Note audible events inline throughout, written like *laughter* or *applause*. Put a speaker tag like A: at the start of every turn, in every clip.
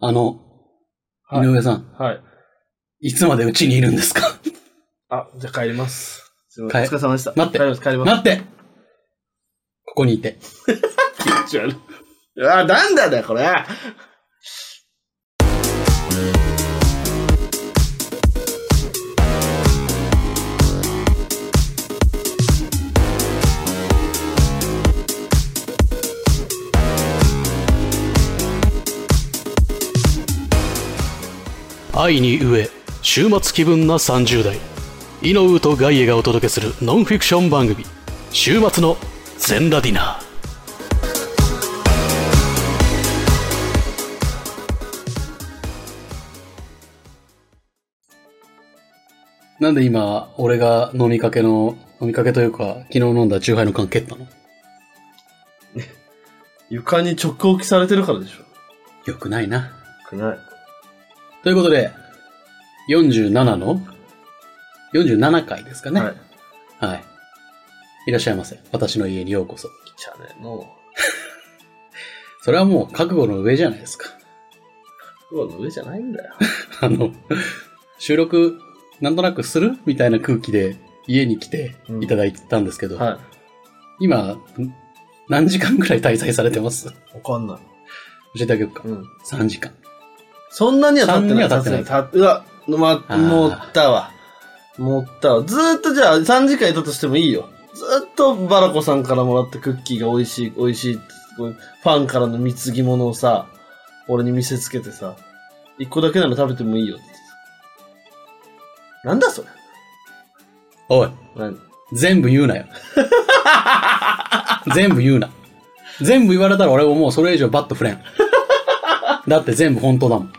A: あの、井
B: はい
A: 上さん、
B: はい。
A: いつまでうちにいるんですか
B: *laughs* あ、じゃあ帰ります。
C: すいませんお
A: 帰
C: 疲れ様でした。
A: 待っ
B: 帰
A: て
B: ります、帰ります。
A: 待ってここにいて。
B: 気持ち悪い
C: あ、なんだだよ、これ。
D: 愛に飢え週末気分な30代イノウとガイエがお届けするノンフィクション番組「週末のゼンラディナー」
A: なんで今、俺が飲みかけの、飲みかけというか、昨日飲んだチューハイの缶蹴ったの
B: 床に直置きされてるからでしょ。
A: よくないな。
C: くない。
A: ということで、47の、47回ですかね。
B: は
A: はいい。い。らっしゃいませ。私の家にようこそ。
B: じゃあね、も
A: それはもう覚悟の上じゃないですか。 *laughs*
B: う、雲の上じゃないんだよ。
A: あの、収録、なんとなくするみたいな空気で家に来ていただいたんですけど、
B: はい。
A: 今、ん何時間くらい滞在されてます教
C: わかんない。
A: えてあげようか。
B: うん。
A: 3時間。
C: そんなには経ってない。
A: そんなには経ってない
C: さすがに経うわ、
A: あ
C: ま、
A: ー
C: 持ったわ。持ったわ。ずーっとじゃあ3時間いたとしてもいいよ。ずーっとバラコさんからもらったクッキーが美味しい、美味しいってこうファンからの貢ぎ物をさ、俺に見せつけてさ、一個だけなら食べてもいいよって言ってたなんだそれ
A: おい、
C: 何
A: 全部言うな
C: *laughs*
A: よ。全部言うな。全部言われたら俺ももうそれ以上バッと振れん。だって全部本当だ
C: *laughs*
A: もん。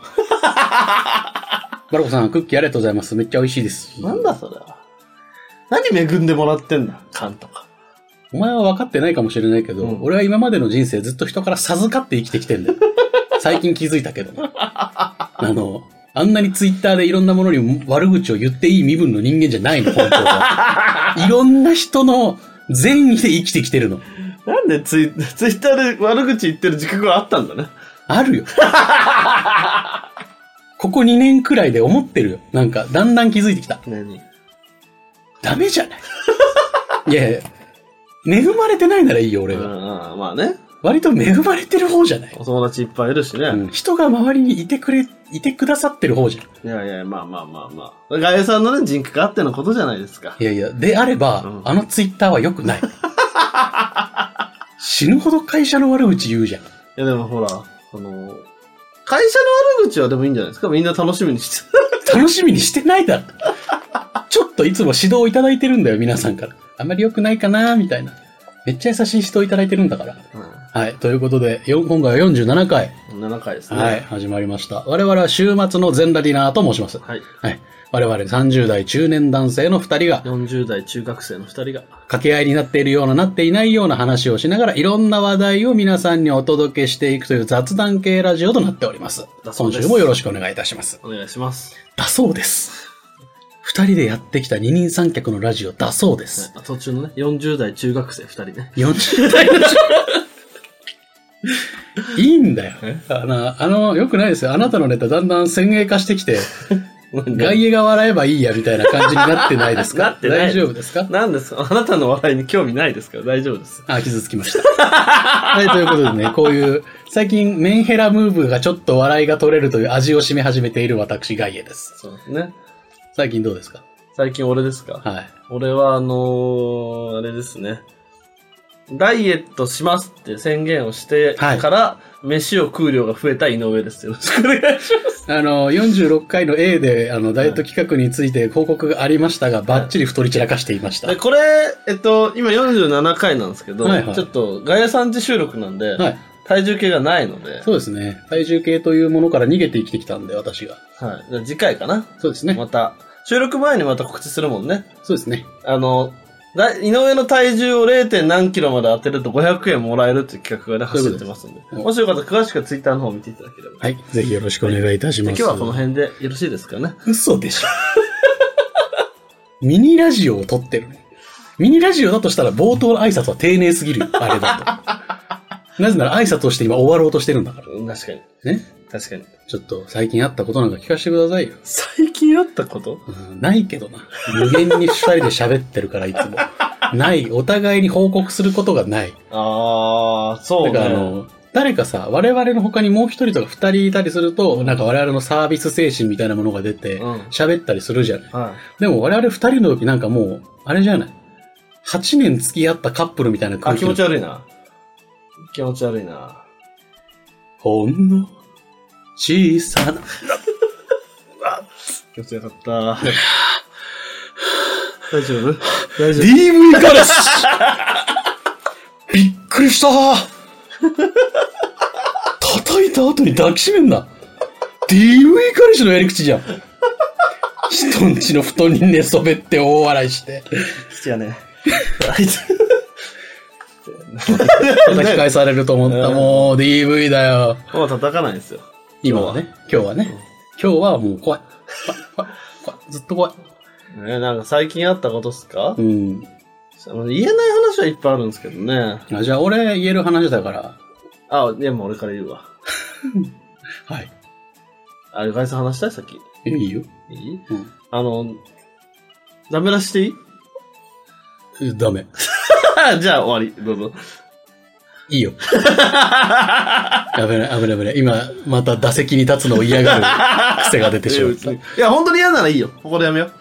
A: バルコさん、クッキーありがとうございます。めっちゃ美味しいです。
C: なんだそれは何恵んでもらってんだ缶とか。
A: お前は分かってないかもしれないけど、
C: うん
A: 俺は今までの人生ずっと人から授かって生きてきてんだよ。最近気づいたけどね。あの、あんなにツイッターでいろんなものに悪口を言っていい身分の人間じゃないの、本当は。
C: *laughs*
A: いろんな人の善意で生きてきてるの。
C: なんでツイツイッターで悪口言ってる自覚があったんだね。
A: あるよ。 *laughs* ここ2年くらいで思ってるよ。なんか、だんだん気づいてきた。
C: 何
A: ダメじ
C: *laughs*
A: ゃないいやいや、恵まれてないならいいよ、俺
C: うんう
A: は。
C: ん、まあね。
A: 割と恵まれてる方じゃない
C: お友達いっぱいいるしね。
A: うん人が周りにいてくれ、いてくださってる方じゃん。
C: いやいや、まあまあまあまあ。ガエさんのね、人格あってのことじゃないですか。
A: いやいや、であれば、
C: うん
A: あのツイッターは良く
C: *laughs*
A: ない。死ぬほど会社の悪口言うじゃん。
C: いやでもほら、その、会社の悪口はでもいいんじゃないですかみんな楽しみにしてる。
A: 楽しみにしてないだろ。ちょっといつも指導をいただいてるんだよ、皆さんから。あんまり良くないかな、みたいな。めっちゃ優しい指導いただいてるんだから。はい。ということで、よ今回は47回、
C: うん、7回ですね。
A: はい、。始まりました。我々は週末の全ラディナーと申します。
C: はい。
A: はい。我々30代中年男性の2人が、
C: 40代中学生の2人が。
A: 掛け合いになっているような、なっていないような話をしながら、いろんな話題を皆さんにお届けしていくという雑談系ラジオとなっております。
C: だそう
A: 今
C: です
A: 週もよろしくお願いいたします。
C: お願いします。
A: だそうです。二人でやってきた二人三脚のラジオだそうです。
C: はい途中のね、40代中学生2人ね。
A: 40代のラジオ。いいんだよ。あの、あの、よくないですよ。あなたのネタだんだん先鋭化してきて、外野が笑えばいいやみたいな感じになってないです
C: *laughs* な
A: か
C: ってない
A: 大丈夫ですか
C: 何ですかあなたの笑いに興味ないですから大丈夫です。
A: あ、傷つきました。はい、ということでね、こういう、最近メンヘラムーブがちょっと笑いが取れるという味を占め始めている私、ガイエです。
C: そうですね。
A: 最近どうですか
C: 最近俺ですか
A: はい。
C: 俺はあのーあれですね。ダイエットしますって宣言をして
A: はい
C: から、飯を食う量が増えた井上です。よろしくお願いします。
A: あの、46回の A で、あの、ダイエット企画について報告がありましたが、ばっちり太り散らかしていました。は
C: で、
A: い。
C: これ、えっと、今47回なんですけど、
A: はいはい
C: ちょっと、ガヤさんち収録なんで、体重計がないので、
A: そうですね。体重計というものから逃げて生きてきたんで、私が。
C: はい。じゃあ次回かな。
A: そうですね。
C: また、収録前にまた告知するもんね。
A: そうですね。
C: あの、だ井上の体重を 0. 何キロまで当てると500円もらえるっていう企画がね、
A: そういうことで
C: 走って
A: す
C: ますんで。
A: うん
C: もしよかったら詳しくはツイッターの方を見ていただければ。
A: はい。ぜひよろしくお願いいたし
C: で
A: ま
C: 今
A: す。
C: 日はこの辺でよろしいですかね。
A: 嘘でしょ。ミニラジオを撮ってるね。ミニラジオだとしたら冒頭の挨拶は丁寧すぎるよあれだと。
C: *laughs*
A: なぜなら挨拶をして今終わろうとしてるんだから。
B: うん確かに。
A: ね。
B: 確かに。
A: ちょっと最近あったことなんか聞かせてくださいよ。
B: 最近あったこと
A: うんないけどな。無限に二人で喋ってるから、いつも。ない。お互いに報告することがない。
C: ああ、そう
A: だからあ
C: ね。
A: の、誰かさ、我々の他にもう一人とか二人いたりすると、なんか我々のサービス精神みたいなものが出て
C: うん、
A: 喋ったりするじゃない。
C: は。
A: でも我々二人の時なんかもう、あれじゃない。8年付き合ったカップルみたいない
C: あ、
A: 空
C: 気
A: 気
C: 持
A: の
C: ち悪いな。気持ち悪いな。
A: ほんの小さな。
C: 気持ちよかった。 *laughs* 大丈夫大丈
A: DV 彼 *laughs* 氏びっくりした叩いた後に抱きしめんな DV 彼氏のやり口じゃん人んちの布団に寝そべって大笑いして
C: 夫好きやね。あいつ。
A: 叩き返されると思ったもう DV だよ
C: もう叩かないんですよ。
A: 今はね今日はね今日はもう怖い怖い怖い怖いずっと怖い
C: ね、なんか最近あったことっすか、
A: うん
C: あの言えない話はいっぱいあるんですけどね。
A: あじゃあ俺言える話だから
C: あ、でも俺から言うわ。
A: はい
C: あ、ゆかりさん話したいさっき。
A: えいいよ、
C: いい
A: うん
C: あの、ダメ出ししていい *laughs*
A: え、ダメ
C: じゃあ終わり。どうぞ。
A: いいよ。危ない、危ない、危ない。今、また打席に立つのを嫌がる癖が出てしまっ
C: *laughs* い
A: た。
C: や、本当に嫌ならいいよ。ここでやめよう。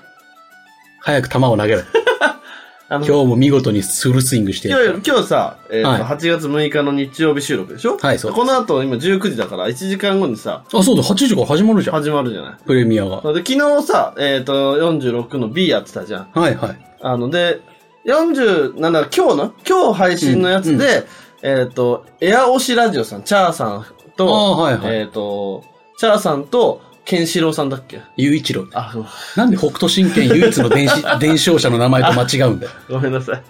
A: 早く球を投げろ。
C: あ
A: 今
C: の
A: 日も見事にフルスイングして
C: 今日
A: やっ
C: よ、今日さ、えーと
A: はい
C: 8月6日の日曜日収録でしょ
A: はいそうです
C: この後今19時だから、1時間後にさ、
A: た。あ、そうだ、8時から始まるじゃん。
C: 始まるじゃない。
A: プレミアが。は
C: で、昨日さ、えっ、と、46の B やってたじゃん。
A: いはい。
C: あの、で、47、今日の今日配信のやつで、えっ、と、エア推しラジオさん、チャーさん
A: ああ、
C: と、
A: はいはい。
C: えっ、と、チャーさんと、ケンシロウさんだっけ
A: 雄一郎。
C: あ、そう
A: なんで北斗神拳唯一の電子 *laughs* 伝承者の名前と間違うんだよ。
C: ごめんなさい。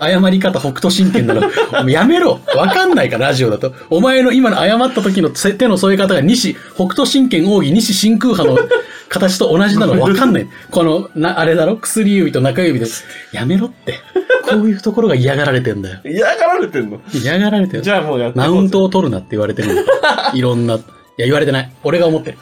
A: 謝り方北斗神拳なら、 *laughs* お前やめろわかんないから、ラジオだと。お前の今の謝った時の手手の添え方が西、北斗神拳奥義西真空派の形と同じ
C: *laughs*
A: なのわかんない。この、な、あれだろ薬指と中指です。やめろって。こういうところが嫌がられてんだよ。
C: 嫌がられてんの
A: 嫌がられてる
C: じ。ゃあもうやって
A: マ
C: こ
A: ウ
C: う
A: ン
C: ぜ
A: トを取るなって言われてるの。いろんな。いや、言われてない。俺が思
C: *laughs*
A: ってる。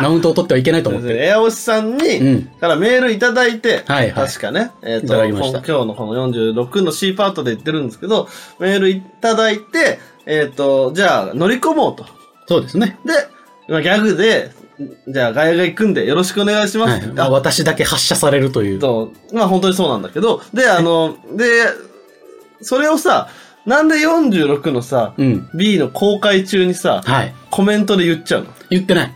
A: マウントを取ってはいけないと思ってる。
C: エアオシさんに、
A: うん
C: からメールいただいて、
A: はいはい
C: 確かね、えっ、
A: い
C: と
A: ただき
C: こ
A: ま
C: ん
A: した
C: 今日のこの46の C パートで言ってるんですけど、メールいただいて、えっ、と、じゃあ乗り込もうと。
A: そうですね。
C: で、まあギャグで、じゃあガヤガヤ行くんでよろしくお願いします
A: は
C: っ
A: い。
C: て言って、
A: まあ、私だけ発射されるとい
C: えっ
A: う。
C: と、まあ本当にそうなんだけど、で、あの、で、それをさ、なんで46のさ、
A: うん。
C: B の公開中にさ、
A: はい。
C: コメントで言っちゃうの
A: 言って
C: *laughs*
A: ない。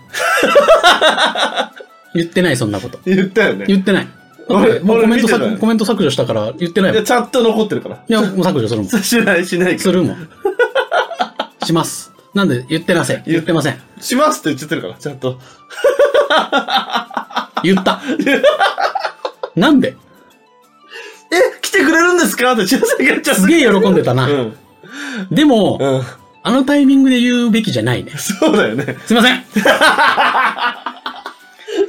A: 言ってない、そんなこと。
C: 言ったよね。
A: 言ってない。
C: 俺
A: もう
C: 俺
A: コメント
C: 見てたよ
A: 削コメント削除したから言ってないも
C: い
A: ん。
C: や、
A: い
C: ちゃんと残ってるから。
A: や、もう削除するもん。
C: しないしない
A: するも
C: *laughs*
A: ん。します。なんで、言ってません。言ってません。
C: しますって言っちゃってるから、ちゃんと。
A: 言
C: *laughs*
A: った。なんで
C: え、来てくれるんですかって、ちゃさんが言っちゃ
A: すげえ喜んでた
C: う
A: な。
C: ん。
A: でも、
C: うん。
A: あのタイミングで言うべきじゃないね。
C: そうだよね。
A: すいません。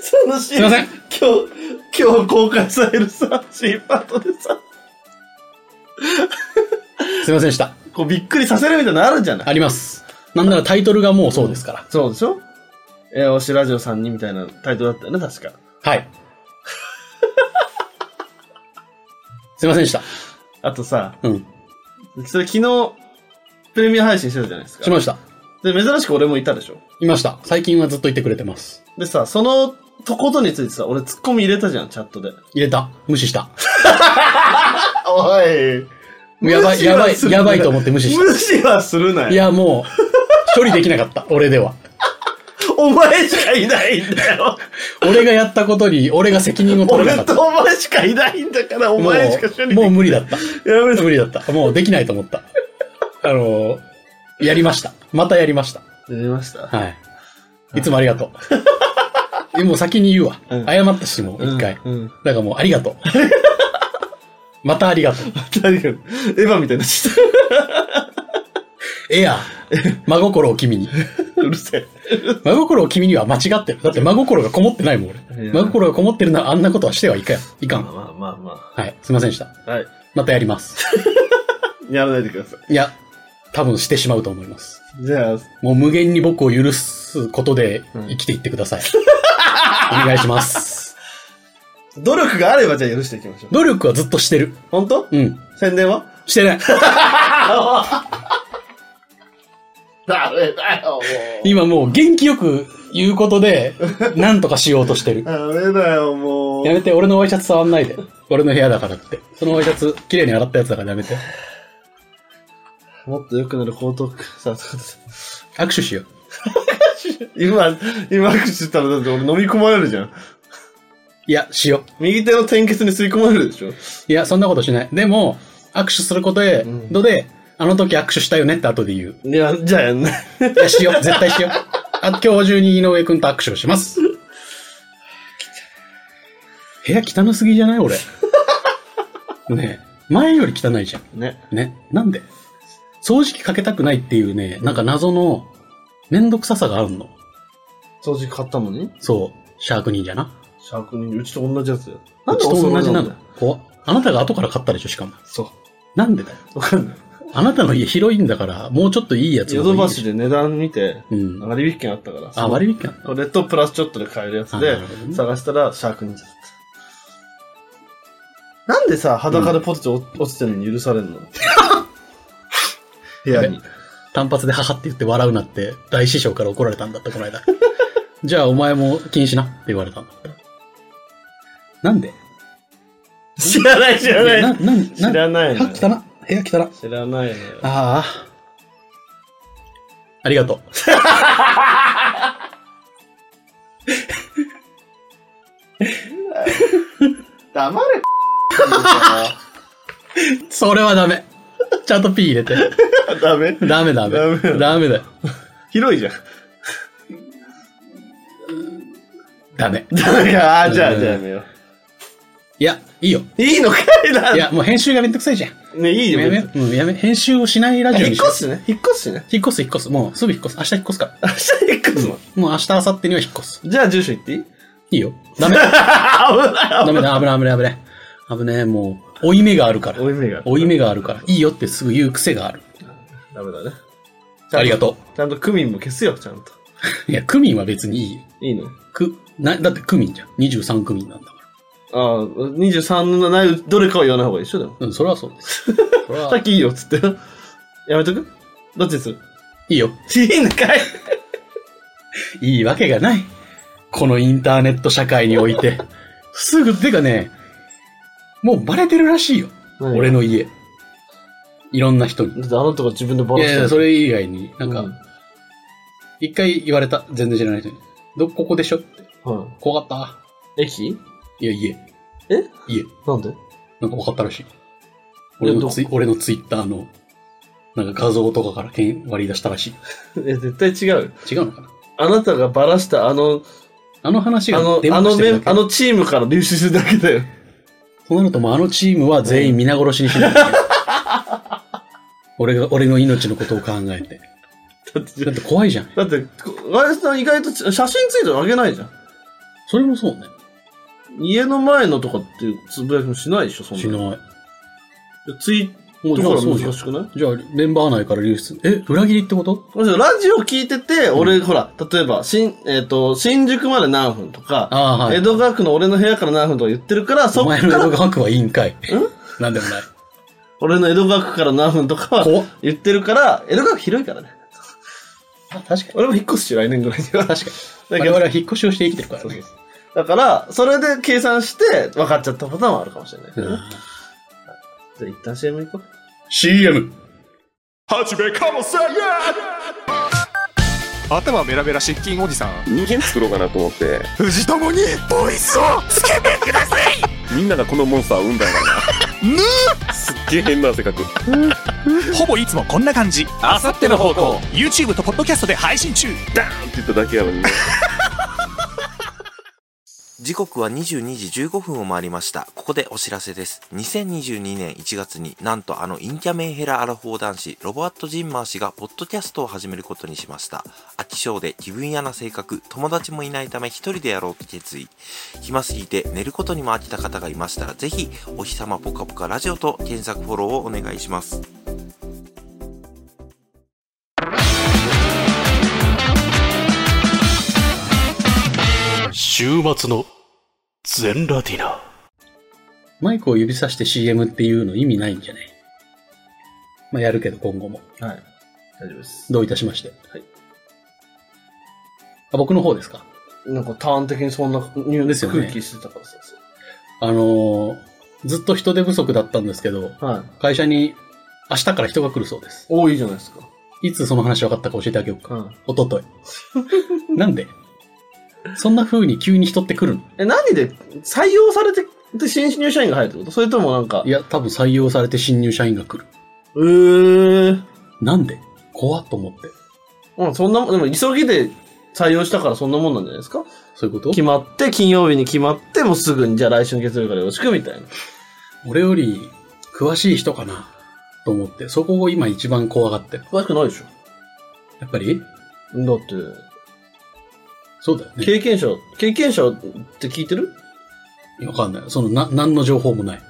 C: その
A: す
C: シーン。
A: いません
C: 今日、今日公開されるさ、C パートでさ、
A: すいませんでした。
C: こうびっくりさせるみたいなのあるじゃない
A: あります。なんならタイトルがもうそうですから。
C: そうでしょえー、おしラジオさんにみたいなタイトルだったよね、確か。 *laughs*
A: はい。すいませんでした。
C: あとさ、
A: うん。
C: それ昨日、プレミア配信してたじゃないです
A: し
C: か。
A: ました。
C: で、珍しく俺もいたでしょ
A: いました。最近はずっと言ってくれてます。
C: でさ、その、とことについてさ、俺ツッコミ入れたじゃん、チャットで。
A: 入れた。無視した。
C: おい。
A: やばい、やばい、やばいと思って無視
C: *laughs*
A: し
C: 無視はするなよ
A: た。いや、もう、処理できなかった。俺では。
C: お前しかいないんだよ。
A: 俺がやったことに、俺が責任を取れ
C: 俺
A: なかっ
C: と
A: た。
C: お前しかいないんだから、お
A: も
C: 前しか処
A: う、
C: 理でき
A: もう
C: ない。
A: 無理だった。
C: やめ
A: 無理だった。もうできないと思った。あの、やりました。またやりました。
C: やりました。
A: はい。いつもありがとう。でも先に言うわ。
C: ん
A: 謝ったし、もう一回。
C: うん。
A: だからもうありがと
C: *laughs*
A: う。またありがとう。
C: 誰か、エヴァみたいな人。
A: エアー、真心を君に。
C: うるせえ。
A: 真心を君には間違ってる。だって真心がこもってないもん、
C: い
A: 俺。
C: や
A: 真心がこもってるならあんなことはしてはいかん。いかん。
C: まあまあま
A: はい。すいませんでした。
C: あ。はい。
A: またやります。
C: やらないでください。
A: いや、多分してしまうと思います。
C: じゃあ、
A: もう無限に僕を許すことで生きていってください。お願いします。
C: 努力があればじゃあ許していきましょう。
A: 努力はずっとしてる。
C: 本当
A: うん。
C: 宣伝は
A: してない。
B: ダメだよ、も
A: 今もう元気よく言うことで、なんとかしようとしてる。
C: ダメだよ、も
A: やめて、俺のワイシャツ触んないで。俺の部屋だからって。そのワイシャツ、綺麗に洗ったやつだからやめて。
C: う。もっと良くなる高徳。さあ、そうです
A: 握手しよう。
C: 今、今握手したらだって俺飲み込まれるじゃん。
A: いや、しよう。
C: 右手の献血に吸い込まれるでしょ。
A: いや、そんなことしない。でも、握手することで、
C: うん
A: ので、あの時握手したよねって後で言う。
C: いや、じゃあやんない。
A: いや、し
C: *laughs*
A: よう。絶対しよう。あ今日中に井上くんと握手をします。部屋汚すぎじゃない
C: *laughs*
A: 俺。ねえ前より汚いじゃ
C: ね。
A: ん。ね。なんで掃除機かけたくないっていうね、なんか謎の、めんどくささがあるの。
C: 掃除機買ったのに
A: そう。シャークニンじゃな。
C: シャークにうちと同じやつだよ。
A: うちと同じな
C: だ
A: の
C: よ。。
A: 怖っあなたが後から買ったでしょ、しかも。
C: そう。
A: なんでだよ。
C: わかんない。
A: あなたの家広いんだから、もうちょっといいやつ
C: ヨ
A: の方
C: ド
A: がい
C: バ
A: いでし
C: シで値段見て、
A: ょうん。
C: 割引券あったから。
A: あ、割引券
C: レッドプラスちょっとで買えるやつ
A: あ
C: で
A: なるほど、ね
C: 探したらシャーク忍者だった。なんでさ、裸でポテチ落落ちてるのに許されんの部屋に。
A: 単発でははって言って笑うなって、大師匠から怒られたんだって、この間。 *laughs* じゃあ、お前も禁止なって言われたんだって。なんで
C: 知らない、知
A: な、
C: らない。
A: な、な、
C: 知らないの
A: は
C: よ。
A: 汚な。部屋汚な。
C: 知らないのよ。
A: ああ。ありがとう。
B: 黙
C: *laughs*
B: れ、
A: *laughs* それはダメ。ちゃんと P 入れて。
C: ダメ
A: ダメダメ。
C: ダメだ
A: ダメだよ。
C: 広い *laughs* じゃん。
A: ダメ。
C: ダメか、あーじゃあ、
A: うん
C: じゃあやめよ
A: いや、いいよ。
C: う。いいのかいない
A: や、もう編集がめんどくさいじゃん。
C: ね、いいよ。
A: やめ
C: 別
A: よ
C: に
A: う。うん、やめ。編集をしないラジオ
C: 引っ
A: にしよう
C: 越すね。引っ越すね。
A: 引っ越す引っ越す。もうすぐ引っ越す。明日引っ越すから。
C: 明日引っ越すの。
A: もう明日、明後日には引っ越す。
C: じゃあ、住所言っていい
A: いいよ。ダメ。ダメだ、危ない危ない危ない。危ない、もう、追い目があるから。
C: 追い目がある
A: 追い目があるから。いいよってすぐ言う癖がある。
C: ダメだね。
A: ありがと
C: う。ちゃんとクミンも消すよ、ちゃんと。
A: う。いや、区民は別にいいよ。
C: いいの
A: く、な、だって区民じゃん。23区民なんだか
C: ああ、23のない、どれかは言わない方がいいでしょ、でも。
A: ら。うん、それはそうです。 *laughs* それ
C: さ
A: は
C: っ、きいいよ、つって。やめとくどっちにする
A: いいよ。
C: いいのかい
A: いいわけがない。このインターネット社会において。すぐ、てかね、もうバレてるらしいよ。俺。の家。いろんな人に。
C: だってあのとこ自分でバ
A: い
C: ラ
A: やいや、
C: して
A: そ
C: る。
A: れ以外に、なん
C: う
A: か、一回言われた。全然知らない人に。ど、ここでしょって。
C: は
A: 怖かった。
C: い。駅
A: いや、家。
C: え
A: 家。
C: な
A: *laughs*
C: んで
A: なんか分かったらしい。俺のツイ俺のツイッターの、なんか画像とかからけん割り出したらし
C: いや、絶対違うよ。
A: い。違うのかな
C: あなたがバラしたあの、
A: あの話
C: あ
A: が
C: の、
A: 電
C: あ
A: 話
C: の
A: してる
C: メ
A: だ
C: ン
A: け
C: あのチームから流出するだけだ *laughs* よ。
A: そうなるともうあのチームは全員皆殺しにしないといけない。俺が、俺の命のことを考えて。
C: だって
A: だって怖いじゃん。
C: だって、林さん意外と写真ついてあげないじゃん。
A: それもそうね。
C: 家の前のとかってつぶやきもしないでしょ、そんな。
A: しない。
C: ツイ
A: も
C: ー
A: うじゃ
C: トか
A: あ
C: ら
A: そうじゃ
C: 難
A: ん。
C: しくない
A: じゃあメンバー内から流出。え、裏切りってこと
C: もしラジオ聞いてて、俺、ほら、例えば、新、えっ、と、新宿まで何分とか、
A: ああ、はい。
C: 江戸川区の俺の部屋から何分とか言ってるから、そ
A: お
C: っ
A: 前
C: か
A: の江戸
C: ら、
A: 川区はいいんかい。なんでもない。
C: 俺の江戸川区から何分とかは
A: 怖っ
C: 言ってるから、江戸川区広いからね。
A: あ確かに。
C: 俺も引っ越すし、来年ぐらいに *laughs* は。
A: 確か
C: だ
A: に。
C: け
A: 我
C: ど、
A: 々は引っ越しをして生きてるから
C: そう
A: ね
C: そう。そうだから、それで計算して分かっちゃったパターンはあるかもしれないけどね。じゃあ、一旦 CM 行こ
A: CM。
E: 頭メラメラ失禁おじさん
F: 人間作ろうかなと思って
E: 藤友にボイスをつけてください
F: みんながこのモンスターを産んだんだなすっげえ変な性格
E: ほぼいつもこんな感じあさっての方向 YouTube とポッドキャストで配信中
F: って言っただけやのにね
G: 時刻は22時15分を回りました。ここでお知らせです。2022年1月になんとあのインキャメンヘラアラフォー男子、ロボアット・ジンマー氏がポッドキャストを始めることにしました。飽き性で気分屋な性格、友達もいないため一人でやろうと決意。暇すぎて寝ることにも飽きた方がいましたら、ぜひお日様ポカポカラジオと検索フォローをお願いします。
D: 週末の全ラティナ。
A: マイクを指さして CM っていうの意味ないんじゃねまあ、やるけど今後も。
C: はい。大丈夫です。
A: どういたしまして。
C: はい
A: あ僕の方ですか
C: なんかターン的にそんなニュー
A: ですよね
C: 空気してたからさ。
A: あのーずっと人手不足だったんですけど、
C: はい。
A: 会社に明日から人が来るそうです。
C: 多いじゃないですか。
A: いつその話分かったか教えてあげようか。
C: うん。
A: おととい。 *laughs* なんでそんな風に急に人って来るの
C: え、何で採用されて、で新入社員が入るってことそれともなんか、
A: いや、多分採用されて新入社員が来る。
C: えー。
A: なんで怖っと思って。
C: うん、そんなもん、でも急ぎで採用したからそんなもんなんじゃないですか
A: そういうこと
C: 決まって、金曜日に決まって、もうすぐに、じゃあ来週の月曜日からよろしくみたいな。
A: 俺より詳しい人かなと思って、そこを今一番怖がってる。
C: 詳しくないでしょ。
A: やっぱり
C: だっ
A: そうだよ
C: て、
A: ね。
C: 経験者、経験者って聞いてる
A: わかんない。その、な、何の情報もない。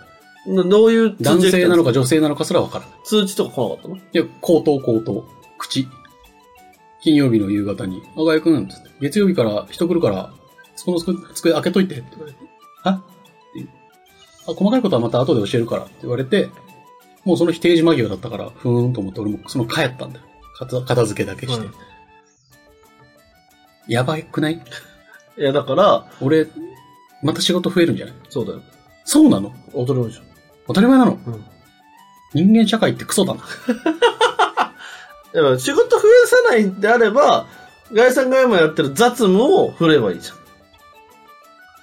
C: などういう
A: 男
C: が来
A: 性
C: た
A: なの
C: の
A: か女性なのかすらわからない。
C: 通知とか来なかったの
A: いや、口頭口頭。口。金曜日の夕方に、あがやくん、つって月曜日から人来るから、そこの机机開けといて、って言われて、はっていうあ、細かいことはまた後で教えるから、って言われて、もうその否定時間際だったから、ふーんと思って、俺もその帰ったんだよ。片片付けだけして。
C: うん
A: やばくない
C: いや、だから、
A: 俺、また仕事増えるんじゃない
C: そうだよ。
A: そうなの
C: 踊るでしょ。
A: 当たり前なの、
C: うん
A: 人間社会ってクソだな。
C: だから仕事増やさないんであれば、ガイさんが今やってる雑務を振ればいいじ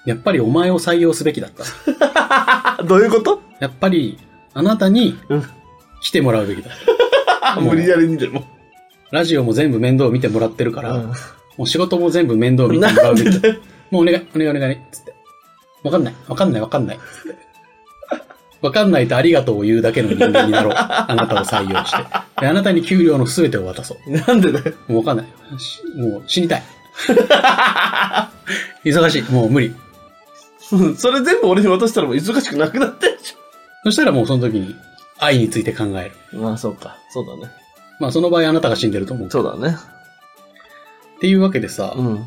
A: やっぱりお前を採用すべきだった。
C: ゃん。どういうこと
A: やっぱり、あなたに
C: うん
A: 来てもらうべきだ。
C: あ、
A: もう
C: *laughs* 無理やりにでも。
A: ラジオも全部面倒見てもらってるから、もう仕事も全部面倒見てもら
C: な
A: うんべ
C: で
A: きだ。
C: だよ。
A: もうお願い、お願い、お願い、つって。わかんない、わかんない、わかんない、つって。わかんないとありがとうを言うだけの人間になろう。あなたを採用して。であなたに給料の全てを渡そう。
C: *laughs* なんでだよ。
A: もうわかんない。しもう死にた
C: *laughs*
A: い。忙しい。もう無理。
C: うんそれ全部俺に渡したらもう忙しくなくなってんじ
A: そしたらもうその時に愛について考える。
C: ゃん。まあ、そうか。そうだね。
A: まあその場合あなたが死んでると思う。
C: そうだね。
A: っていうわけでさ、
C: うん。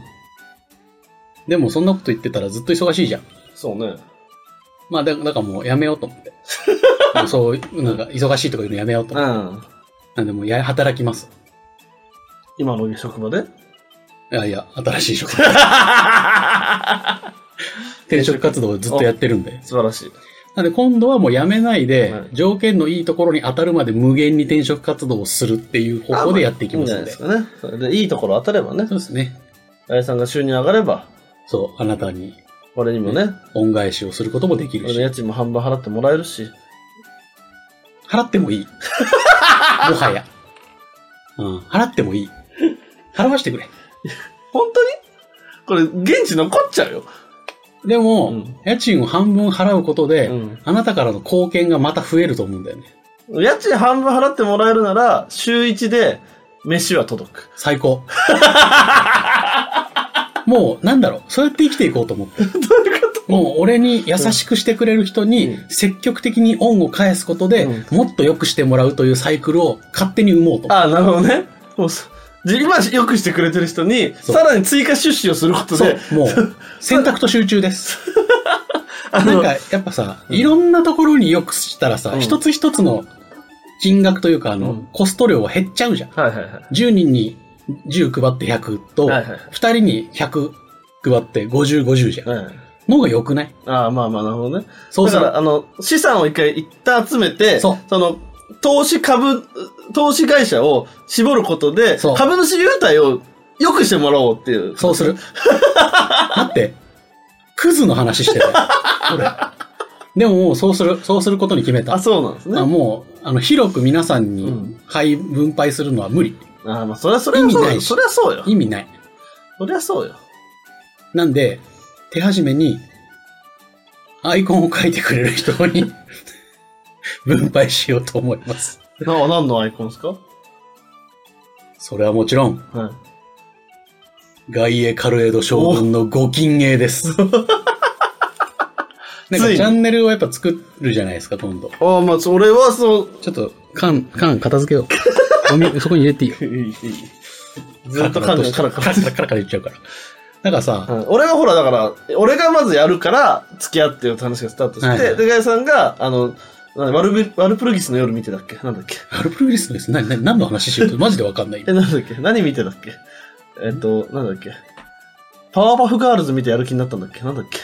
A: でもそんなこと言ってたらずっと忙しいじゃん。
C: そうね。
A: まあだだからもうやめようと思
C: *laughs*
A: って。もうそう、なんか忙しいとかいうのやめようと
C: う
A: 思って。
C: ん。
A: なんでもうや働きます。
C: 今の職場で
A: いやいや、新しい
C: *laughs*
A: 職場。転職活動をずっとやってるんで。
C: 素晴らしい。
A: なんで今度はもうやめないで、
C: はい
A: 条件のいいところに当たるまで無限に転職活動をするっていう方法でやっていき
C: いいん
A: ま
C: じゃ
A: す
C: ない
A: んで。
C: ですかね。それでいいところ当たればね。
A: そうですね。
C: ガイさんが収入上がれば、
A: そう、あなたに
C: 俺にもね、
A: 恩返しをすることもできる
C: 俺の家
A: し、
C: 賃も半分払ってもらえるし。
A: 払ってもいい。
C: *laughs*
A: もはや。うん、払ってもいい。払わしてくれ。
C: 本当にこれ、現地残っちゃうよ。
A: でも、
C: うん
A: 家賃を半分払うことで、
C: うん
A: あなたからの貢献がまた増えると思うんだよね。
C: 家賃半分払ってもらえるなら、週1で、飯は届く。
A: 最
C: *laughs*
A: 高。もう、なんだろう、そうやって生きていこうと思
C: *laughs*
A: って。もう、俺に優しくしてくれる人に
C: う、
A: 積極的に恩を返すことで、
C: う
A: もっと良くしてもらうというサイクルを勝手に生もうと。
C: ああ、なるほどね。もうそ、じ今よくしてくれてる人に、
A: そう
C: さらに追加出資をすること
A: そう
C: で、、 *laughs*
A: もう、選択と集中です。
C: あ
A: なん
C: の、
A: か、やっぱさ、いろんなところによくしたらさ、
C: うん
A: 一つ一つの金額というか、あの、
C: うん
A: コスト量は減っちゃうじゃん。
C: はいはいはい。
A: 10人に10配って100と、
C: はいはいはい
A: 2人に100配って50、50じゃん。
C: うん
A: のが良くない
C: ああ、まあまあ、なるほどね。
A: そうす
C: だ
A: る
C: から、あの、資産を一回一旦集めて、
A: そう
C: の、投資株、投資会社を絞ることで
A: そう、
C: 株主優待を良くしてもらおうっていう。
A: そうす
C: *laughs*
A: る。だって、クズの話してたよ。俺。でももうそうする、そうすることに決めた。
C: あ、そうなんですね。
A: あもう、あの、広く皆さん
C: う
A: に
C: ん
A: 配、分配するのは無理。
C: ああ、まあ、それは、それは
A: 意味
C: そう
A: ない
C: よ。
A: し
C: それはそうよ。
A: 意味ない。
C: そりゃそうよ。
A: なんで、手始めに、アイコンを書いてくれる人に、分配しようと思います。
C: な、何のアイコンですかは
A: それはもちろん、
C: い。
A: 外衛カルエド将軍のご禁営です。なん
C: つい
A: か
C: に
A: チャンネルをやっぱ作るじゃないですか、今度。
C: ああ、まあ、それはそう、
A: ちょっと、缶、缶片付けよう。ゴミ、そこに入れていいよ。
C: ずっとカラカラカラ
A: カラカラカラカラ言っちゃうから。なんかさ、
C: うん俺がほら、だから、俺がまずやるから、付き合ってよって話がスタートして、
A: はいはい
C: で、ガイさんが、あの、なんだワルビワルプルギスの夜見てたっけなんだっけ
A: アルプルリスのです。何、何、何の話しようと、マジでわかんない。
C: え、なんだっけ何見てたっけえっと、なんだっけパワーパフガールズ見てやる気になったんだっけなんだっけ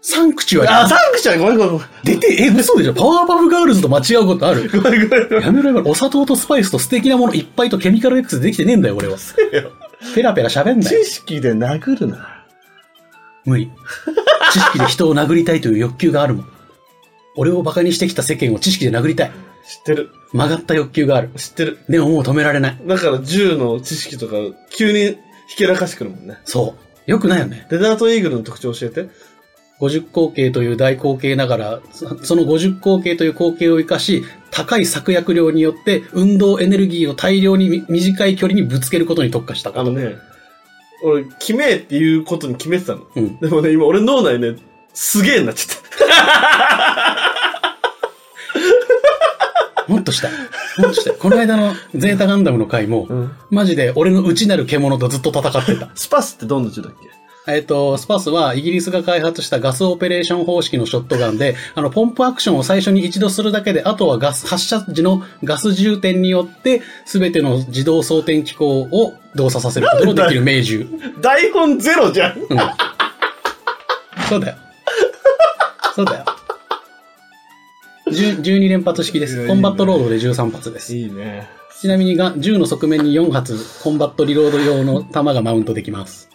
A: サンクチュア
C: あ、サンクチュアリごめんごめんごめん。
A: リ出て、え、嘘でしょパワーパフガールズと間違うことある
C: ごめんごめんごめん。
A: やめろやめろ。お砂糖とスパイスと素敵なものいっぱいとケミカル X でできてねえんだよ、俺は。ペラペラ喋んない
C: 知。識で殴るな。
A: 無理。知識で人を殴りたいという欲求があるもん。俺を馬鹿にしてきた世間を知識で殴りたい。
C: 知ってる。
A: 曲がった欲求がある。
C: 知ってる。
A: でももう止められない。
C: だから銃の知識とか、急にひけらかしてくるもんね。
A: そう。よくないよね。
C: デザートイーグルの特徴教えて。
A: 50口径という大口径ながら、そその50口径という口径を生かし、高い作薬量によって運動エネルギーを大量にみ短い距離にぶつけることに特化した
C: あのね、俺、決めえっていうことに決めてたの。
A: うん。
C: でもね、今俺脳内ね、すげえになっちゃった。
A: もっとしたい。もっとしたい。この間のゼータガンダムの回も、
C: ん
A: マジで俺の内なる獣とずっと戦ってた。
C: スパスってどんな銃だっけ
A: えっ、と、スパースはイギリスが開発したガスオペレーション方式のショットガンで、あの、ポンプアクションを最初に一度するだけで、あとはガス、発射時のガス充填によって、すべての自動装填機構を動作させることのできる命銃。
C: 台本ゼロじゃん。
A: うん。そうだよ。そうだよ。10 12連発式です。コンバットロードで13発です。
C: いいね。
A: ちなみにが銃の側面に4発、コンバットリロード用の弾がマウントできます。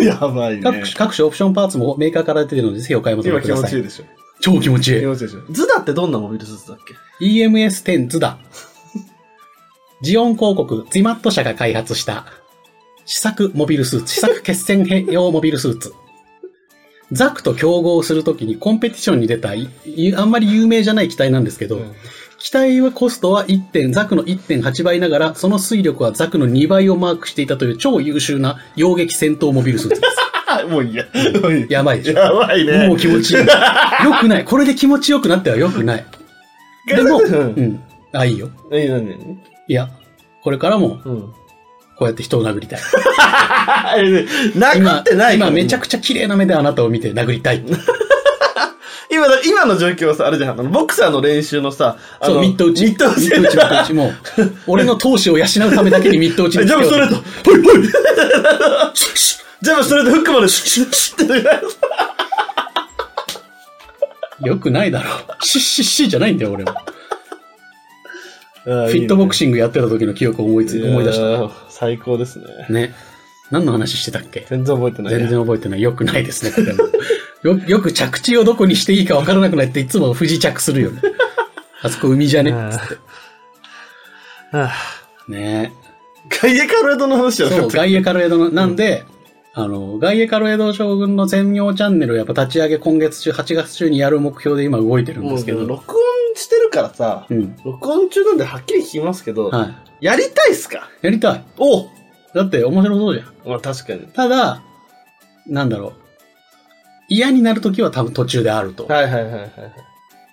C: やばいね
A: 各。種、各種オプションパーツもメーカーから出てるので、ぜひお買い求め
C: 今
A: く
C: 気
A: だ
C: 持
A: さ
C: ちい
A: い。
C: いでしょ。
A: 超気持ちい
C: 気
A: い。
C: 持ちいいでしょ。ズダってどんなモビルスーツだっけ
A: EMS10 ズダ。ジオン広告、ツイマット社が開発した、試作モビルスーツ、試作決戦兵用モビルスーツ。ザクと競合するときにコンペティションに出たい、いあんまり有名じゃない機体なんですけど、機体はコストは1点、ザクの1.8倍ながら、その推力はザクの2倍をマークしていたという超優秀な洋撃戦闘モビルスーツ
C: *laughs*
A: です。
C: もういいや。もういい
A: やばいでしょ
C: *laughs* やばいね。
A: もう気持ちいい。よくない。これで気持ちよくなってはよくない。
C: *laughs*
A: でも、
C: う。
A: うんん。あ、いいよ。
C: 何何
A: いや、これからも、
C: うん。
A: こうやって人を殴りたい。
C: あれね殴ってない
A: 今、今めちゃ
C: く
A: くちゃ綺麗な目であなたを見て殴りたい。
C: 今だ、今の状況はさ、あれじゃん。あのボクサーの練習のさ、あの
A: そう、ミッド打ち。
C: ミッド打ち。
A: ミッド打ち、ミッド打ち。もう、
C: *laughs*
A: 俺の闘志を養うためだけにミッド打ち
C: ジ
A: に
C: ャブストレート。ほいほい。ジャブストレートフックまでシュッシュッシュッって。
A: よくないだろう。シッシッシッじゃないんだよ、俺は。
C: フィ
A: フィットボク
C: シ。
A: シングやってた時の記憶を思いつ、思い出した
C: 最高ですね。
A: た。ね。何の話してたっけ
C: 全然覚えてない。
A: 全然覚えてない。よくないですね、これも。よ、よく着地をどこにしていいか分からなくなって、いつも不時着するよね。あそこ海じゃね
C: あ
A: つって。ね
C: ガイエカロエドの話
A: え。
C: は
A: そう、ガイエカロエドの、なんで、あの、ガイエカロエド将軍の専用チャンネルをやっぱ立ち上げ今月中、8月中にやる目標で今動いてるん
C: も
A: で
C: う
A: すけ
C: でも
A: ど。
C: 録音してるからさ
A: う、ん。
C: 録音中なんではっきり聞きますけど、
A: は
C: やりたいっすか
A: い。やりたい。
C: お
A: だって面白そうじゃん。
C: まあ確かに。
A: ただ、なんだろう。嫌になるときは多分途中であると。
C: はいはいはいはいはい。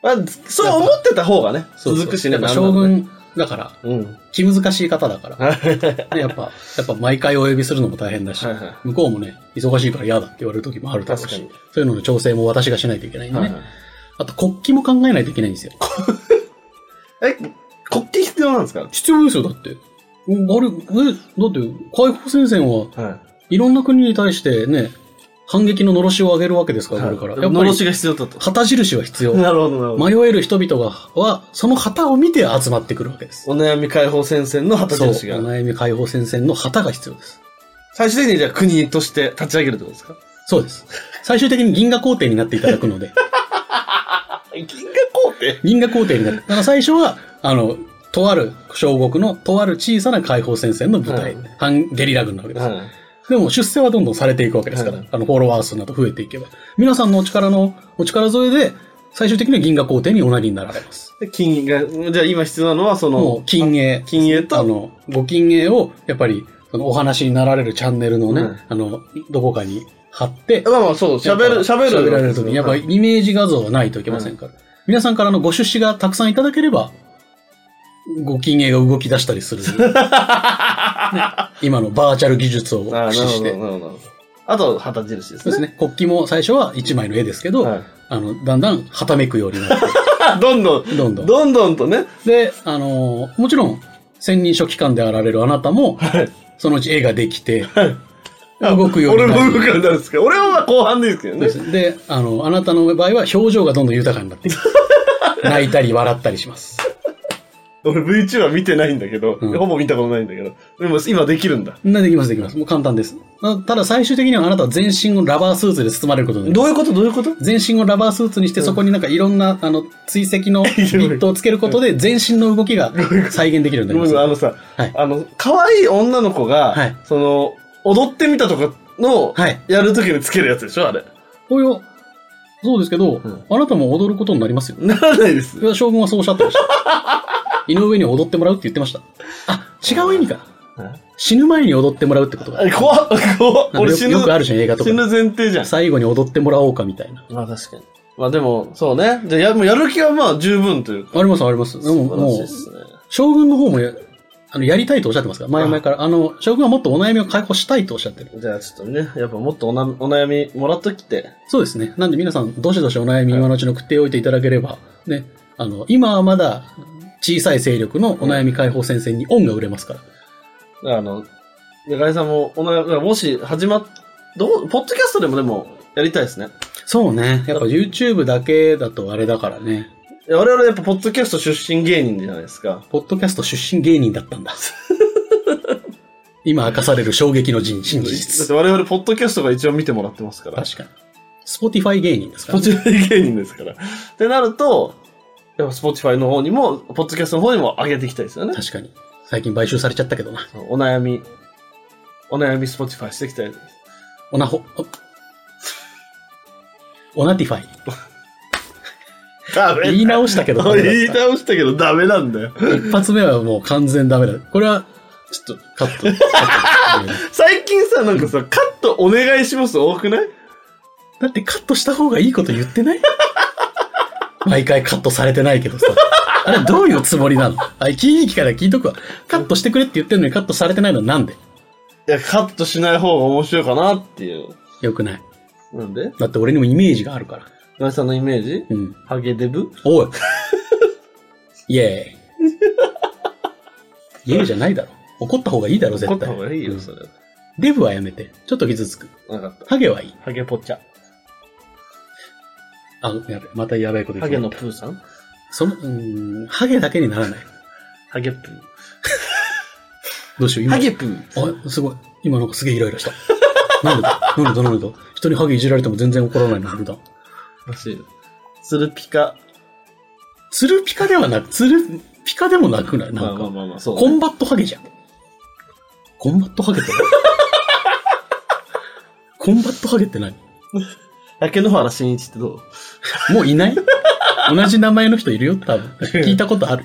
C: まあ、そう思ってた方がね、
A: そうそう
C: 続くしね、
A: やっぱ
C: なんだろ
A: 将
C: うね。
A: 軍だから、
C: うん。
A: 気難しい方だから。
C: *laughs* はいはい
A: ねやっぱ、やっぱ毎回お呼びするのも大変だし、
C: は
A: 向こうもね、忙しいから嫌だって言われる時もあるだろう
C: 確か
A: し
C: に、
A: そういうのの調整も私がしないといけないんでね。
C: い。
A: あと、国旗も考えないといけないんですよ。
C: え、国旗必要なんですか
A: 必要ですよ、だって。うんあれ、え、だって、解放戦線は
C: はい
A: ろんな国に対してね、反撃ののろしを上げるわけですから、これから。やっぱ
C: のろし
A: り、
C: が必要だと。
A: 旗印は必要。
C: *laughs* なるほど、なるほど。
A: 迷える人々が、は、その旗を見て集まってくるわけです。
C: お悩み解放戦線の旗
A: そう、お
C: 印が。
A: 悩み解放戦線の旗が必要です。
C: 最終的にじゃあ国として立ち上げるってことですか
A: そうです。最終的に銀河皇帝になっていただくの
C: *laughs*
A: で。
C: 銀河皇帝
A: 銀河皇帝になる。だから最初は、あの、とある小国のとある小さな解放戦線の部隊、
C: はい
A: 反ゲリラ軍なわけです。
C: は
A: でも出世はどんどんされていくわけですから、
C: はい
A: あの、フォロワー数など増えていけば。皆さんのお力の、お力添えで、最終的には銀河皇帝におなりになられます。
C: い。で金が、じゃあ今必要なのはそ
A: もう、
C: の、
A: 金鋭。
C: 金鋭
A: あ
C: と、
A: の、ご金鋭を、やっぱり、そのお話になられるチャンネルのね、
C: はい
A: あの、どこかに貼って、
C: まあまあそう、喋る、喋る。
A: 喋られるときに、やっぱ
C: はい
A: りイメージ画像がないといけませんから。皆さんからのご出資がたくさんいただければ、ご機嫌が動き出したりす
C: *laughs*
A: る。ね今のバーチャル技術を
C: ああ、な
A: 駆
C: る
A: 使し
C: ほど、な
A: て
C: る。ほど。あと、旗印です
A: そうで
C: ね。
A: すね。国旗も最初は一枚の絵ですけど、
C: はい
A: あの、だんだんはためくようになっ
C: あどんどん、
A: て、どんどん。
C: どんどんとね。
A: で、あのーもちろん、専任書記官であられるあなたも、そのうち絵ができて、動くよう
C: 俺
A: に
C: も
A: な
C: 動
A: る。
C: くようになるんですけど、俺はまあ後半でいいですけど
A: そうで
C: ね。
A: すねで、あの、あなたの場合は表情がどんどん豊かになってい *laughs* く泣いたり笑ったりします。
C: 俺 VTuber 見てないんだけど、
A: うん
C: ほぼ見たことないんだけど、でも今できるんだ。
A: なできます、できます。もう簡単です。なただ最終的にはあなたは全身をラバースーツで包まれることになり
C: ど
A: ます。
C: ういうことどういうこと
A: 全身をラバースーツにして、そこになんかいろんな、あの、追跡のビットをつけること *laughs* で、全身の動きが再現で *laughs* きるよう
C: ご
A: になり
C: めんごめんあ
A: ま
C: のさ、
A: はい
C: あの、可愛い女の子が、
A: はい
C: その、踊ってみたとかの
A: す。、はい。
C: やるときにつけるやつでしょあれ。
A: およ、そうですけど、
C: ん
A: あなたも踊ることになりますよ。
C: ならないです
A: い。や将軍はそうおっしゃってま *laughs* した。井上には踊ってもらうって言ってました。あ、違う意味か
C: え。
A: 死ぬ前に踊ってもらうってことだ。
C: あ怖っ、怖っ。
A: あの
C: 俺
A: よ
C: 死ぬ、
A: よくあるじゃん、映画とか
C: 死
A: で
C: ぬ前提じゃん。
A: 最後に踊ってもらおうかみたいな。
C: まあ確かに。まあでも、そうね。じゃあやもうやる気はまあ十分というか。
A: あります、あります。でも、
C: 素晴らし
A: も
C: いっ
A: う、
C: すね。
A: 将軍の方もやあのやりたいとおっしゃってますから、前々から。あの、将軍はもっとお悩みを解放したいとおっしゃってる。
C: じゃあちょっとね、やっぱもっとおなお悩みもらっときて。
A: そうですね。なんで皆さん、どしどしお悩み今のうちに送っておいていただければ、ね、あの、今はまだ小さい勢力のお悩み解放戦線に恩が売れますから。
C: あの、中井さんもお悩み、だからもし始まっ、どう、ポッドキャストでもでもやりたいですね。
A: そうね。やっぱ YouTube だけだとあれだからね。
C: いや我々やっぱポッドキャスト出身芸人じゃないですか。
A: ポッドキャスト出身芸人だったん *laughs* だ。今明かされる衝撃の人真
C: だっ
A: 実。
C: て我々ポッドキャストが一応見てもらってますから。
A: 確かに。スポティファイ芸人ですか
C: ポ
A: ら、
C: チファイ芸人ですから。ってなると、やっぱスポティファイの方にも、ポッドキャストの方にも上げていきたいですよね。
A: 確かに。最近買収されちゃったけどな。
C: お悩み、お悩みスポティファイしていきたいです。
A: オナホ、あオナティファイ。
C: ダメ
A: 言い直したけどダメだった
C: 言い直したけどダメなんだよ。
A: 一発目はもう完全ダメだ。これは、ちょっとカット。カット
C: 最近さ、なんかさ、カットお願いします多くない
A: だってカットした方がいいこと言ってない毎回カットされてないけどさ。あれどういうつもりなのあれ、聞いから聞いとくわ。カットしてくれって言ってんのにカットされてないのはなんで
C: いや、カットしない方が面白いかなっていう。
A: よくない。
C: なんで
A: だって俺にもイメージがあるから。
C: 岩井さんのイメージ
A: うん。
C: ハゲデブ
A: おいイエーイ。イエーイじゃないだろ。怒った方がいいだろ、絶
C: 怒
A: 対。
C: った方がいいよ、
A: うん
C: それ。
A: デブはやめて。ちょっと傷つく。
C: なかった。
A: ハゲはいい。
C: ハゲポチャ。
A: あ、やべ、またやばいこと言
C: ハ
A: ってしま
C: ゲの
A: った。
C: プーさん
A: その、うーん、ハゲだけにならない。
C: ハゲプー。
A: どうしよう、今
C: ハ。ゲプー。
A: あ、すごい。今なんかすげえイライラした。 *laughs* なんでだなんでだなんでだ人にハゲいじられても全然怒らないの、普段。
C: らしいの。ツルピカ。
A: ツルピカではなく、ツルピカでもなくない
C: ま
A: な
C: あ
A: ん
C: まあ
A: か、
C: まあまあ、そう、
A: コンバットハゲじゃん。コンバットハゲって
C: *laughs*
A: 何コンバットハゲって何
C: 焼け野原慎一ってどう
A: もういない同じ名前の人いるよ、多分。聞いたことある。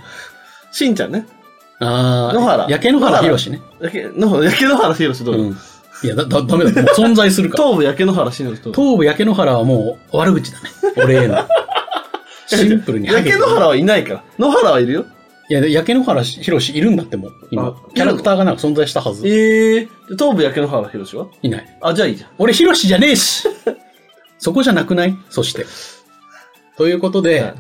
C: しんちゃんね。
A: ああ。
C: 野原
A: 焼け野原博士ね。
C: 焼けの焼け野原慎一どう、
A: うん。いや、だ、だ、ダメだ。もう存在す *laughs* るから。
C: 頭部焼け野原慎一どう
A: 東部焼け野原はもう悪口だね。俺 *laughs* への。シンプルにハ
C: 焼
A: ゲ
C: け
A: てる
C: 野原はいないから。野原はいるよ。
A: いや、で焼け野原ひろしいるんだってもう、今
C: あ。
A: キャラクターがなんか存在したはず。
C: ええー。で頭部焼け野原ひろしはい
A: ない。
C: あ、じゃあいいじゃん。
A: 俺ひろしじゃねえしそこじゃなくないそして。ということで、
C: はい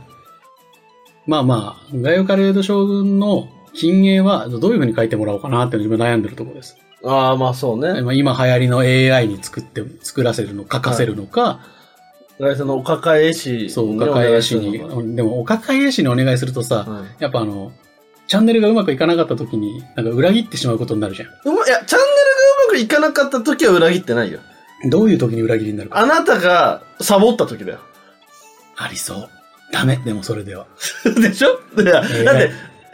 A: まあまあ、ガイオカレード将軍の禁煙はどういうふうに書いてもらおうかなっていうのを今悩んでるところです。
C: ああ、まあそうね。
A: まあ今流行りの AI に作って、作らせるの、書かせるのか、
C: ガイさんのお抱え絵師。
A: そう、お抱え絵師に、でもお抱え絵師にお願いするとさ、
C: うん
A: やっぱあの、チャンネルがうまくいかなかった時に、なんか裏切ってしまうことになるじゃ
C: うまいや、チャンネルがうまくいかなかった時は裏切ってないよ。
A: ん。どういう時に裏切りになるか。
C: あなたがサボった時だよ。 *laughs*
A: ありそう。ダメ、でもそれでは。
C: でしょいや、
A: えー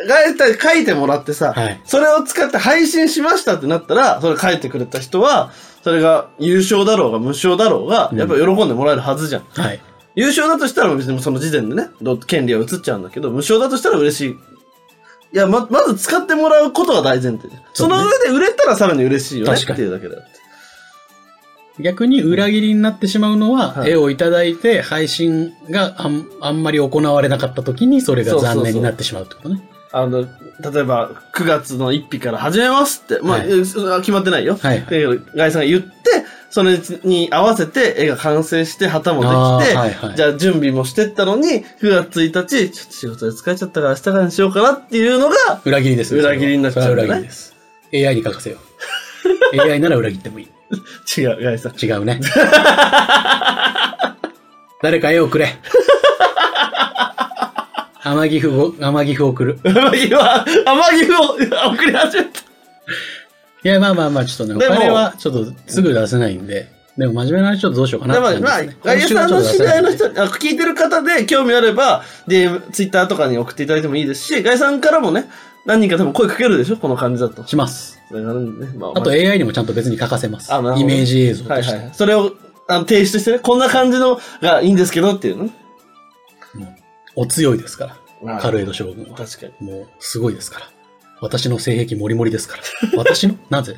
C: だって、ガイさん書いてもらってさ、
A: はい
C: それを使って配信しましたってなったら、それ書いてくれた人は、それが優勝だろうが無償だろうが、
A: うん
C: やっぱ喜んでもらえるはずじゃん。
A: はい。
C: 優勝だとしたら別にその時点でね、ど権利は移っちゃうんだけど、無償だとしたら嬉しい。いや、ま、まず使ってもらうことが大前提で。
A: そ
C: そう
A: ね
C: の上で売れたらさらに嬉しいよね。
A: 確かに
C: っていうだけだよ。
A: 逆に裏切りになってしまうのは、
C: はい
A: 絵をいただいて配信があんあんまり行われなかった時にそれが残念になってしまうってことね。
C: あの、例えば、9月の1日から始めますって、まあ、
A: はい
C: えそれは決まってないよ。
A: はい
C: だけど、ガイさんが言って、それに合わせて絵が完成して、旗もで
A: あ
C: きて、
A: ーはいはい
C: じゃあ準備もしてったのに、9月1日、ちょっと仕事で疲れちゃったから明日からにしようかなっていうのが、
A: 裏切りですね。それは
C: 裏切りになっちゃうん
A: そ
C: だね
A: れは裏切りです。AI に書かせよう。AI なら裏切ってもいい。
C: 違う、ガイさん。 *laughs*
A: 違うね。誰か絵をくれ。天岐阜を、天岐阜を送る。
C: 天城は、天城を送り始めた。
A: いや、まあまあまあ、ちょっとね、
C: で
A: お
C: も
A: 金はちょっとすぐ出せないんで、でも真面目な人とどうしようかな
C: で
A: って
C: も、ま
A: 感
C: あ
A: じです、ね。
C: ガイさんの
A: 今週はちょっと出
C: 知
A: せ
C: り合
A: ないいん
C: の
A: で
C: 人、あ聞いてる方で興味あれば、DM、Twitter とかに送っていただいてもいいですし、ガイさんからもね、何人か多分声かけるでしょこの感じだと。
A: します。
C: それがあるんでね。まあ、
A: あと AI にもちゃんと別に書かせます。
C: あなるほ
A: イ
C: ど
A: メージ映像
C: は
A: と
C: い
A: して。
C: はい。それを、あの、提出してね、こんな感じのがいいんですけどっていうのね。
A: お強いですから、
C: あ
A: カルエド将軍は。
C: 確かに。
A: もう、すごいですから。私の性癖もりもりですから。私のな
C: *laughs*
A: ぜ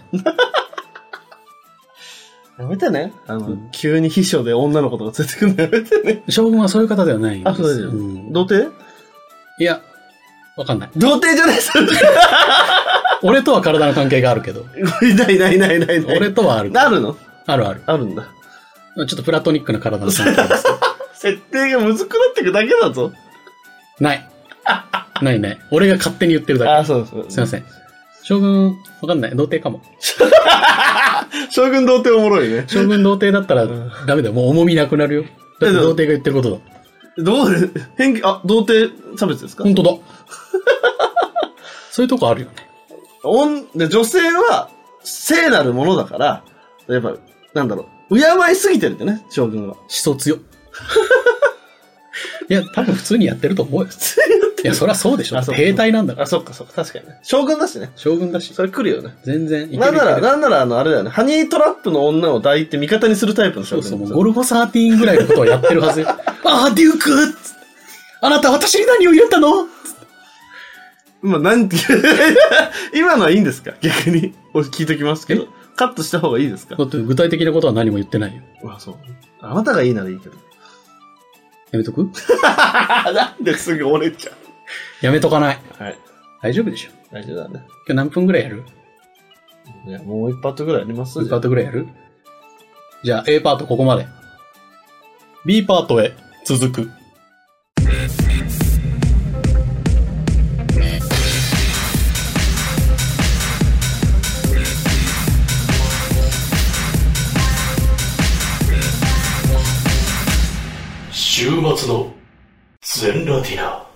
C: やめてね。あの、急に秘書で女の子とか連れてくるのやめて
A: *laughs*
C: ね。
A: 将軍はそういう方ではないんです。
C: あ、そうですよ。
A: ん
C: 童貞
A: いや、わかんない。
C: 童貞じゃないです。
A: 俺とは体の関係があるけど。
C: *laughs* ないないないないない。
A: 俺とはある。
C: なるの
A: あるある。
C: あるんだ。
A: ちょっとプラトニックな体の関係ですけど。
C: 設定がむずくなってくだけだぞ。
A: ない。ないない。俺が勝手に言ってるだ
C: あ、そうそう。
A: け。すいません。将軍、わかんない。童貞かも。
C: 将軍童貞おもろいね。
A: 将軍童貞だったらダメだよ。もう重みなくなるよ。だって童貞が言ってることだ。
C: どうで、変形、あ、童貞差別ですか
A: 本当だ。そういうとこあるよね。
C: 女で女性は聖なるものだから、やっぱ、なんだろう、敬いすぎてるんだよね、将軍は。
A: 思想強。いや、多分普通にやってると思うよ。いや、そりゃそうでしょ。
C: あそう
A: 兵隊なんだか
C: *laughs* あ、
A: ら。
C: そっかそっか、確かにね。将軍だしね。
A: 将軍だし。
C: それ来るよね。
A: 全然いけるい
C: なんなら、
A: ける
C: なんなら、あの、あれだよね、ハニートラップの女を抱いて味方にするタイプの
A: そ
C: 将
A: う
C: 軍
A: そう、もうゴルファ13ぐらいのことはやってるはずよ。 *laughs* ああ、デュークあなた私に何を言ったの
C: まあ、なんて、 *laughs* 今のはいいんですか逆に。お聞いときますけど。カットした方がいいですか
A: だって具体的なことは何も言ってないよ。
C: あ、そう。あなたがいいならいいけど。
A: やめとく
C: あ、 *laughs* なんですぐ折れちゃう。
A: やめとかない。
C: はい。
A: 大丈夫でしょ。
C: 大丈夫だね。
A: 今日何分ぐらいやる
C: いや、もう一パートぐらいあります
A: 1パートぐらいやるじゃあ A パートここまで。B パートへ続く。
D: 週末の全ラティナ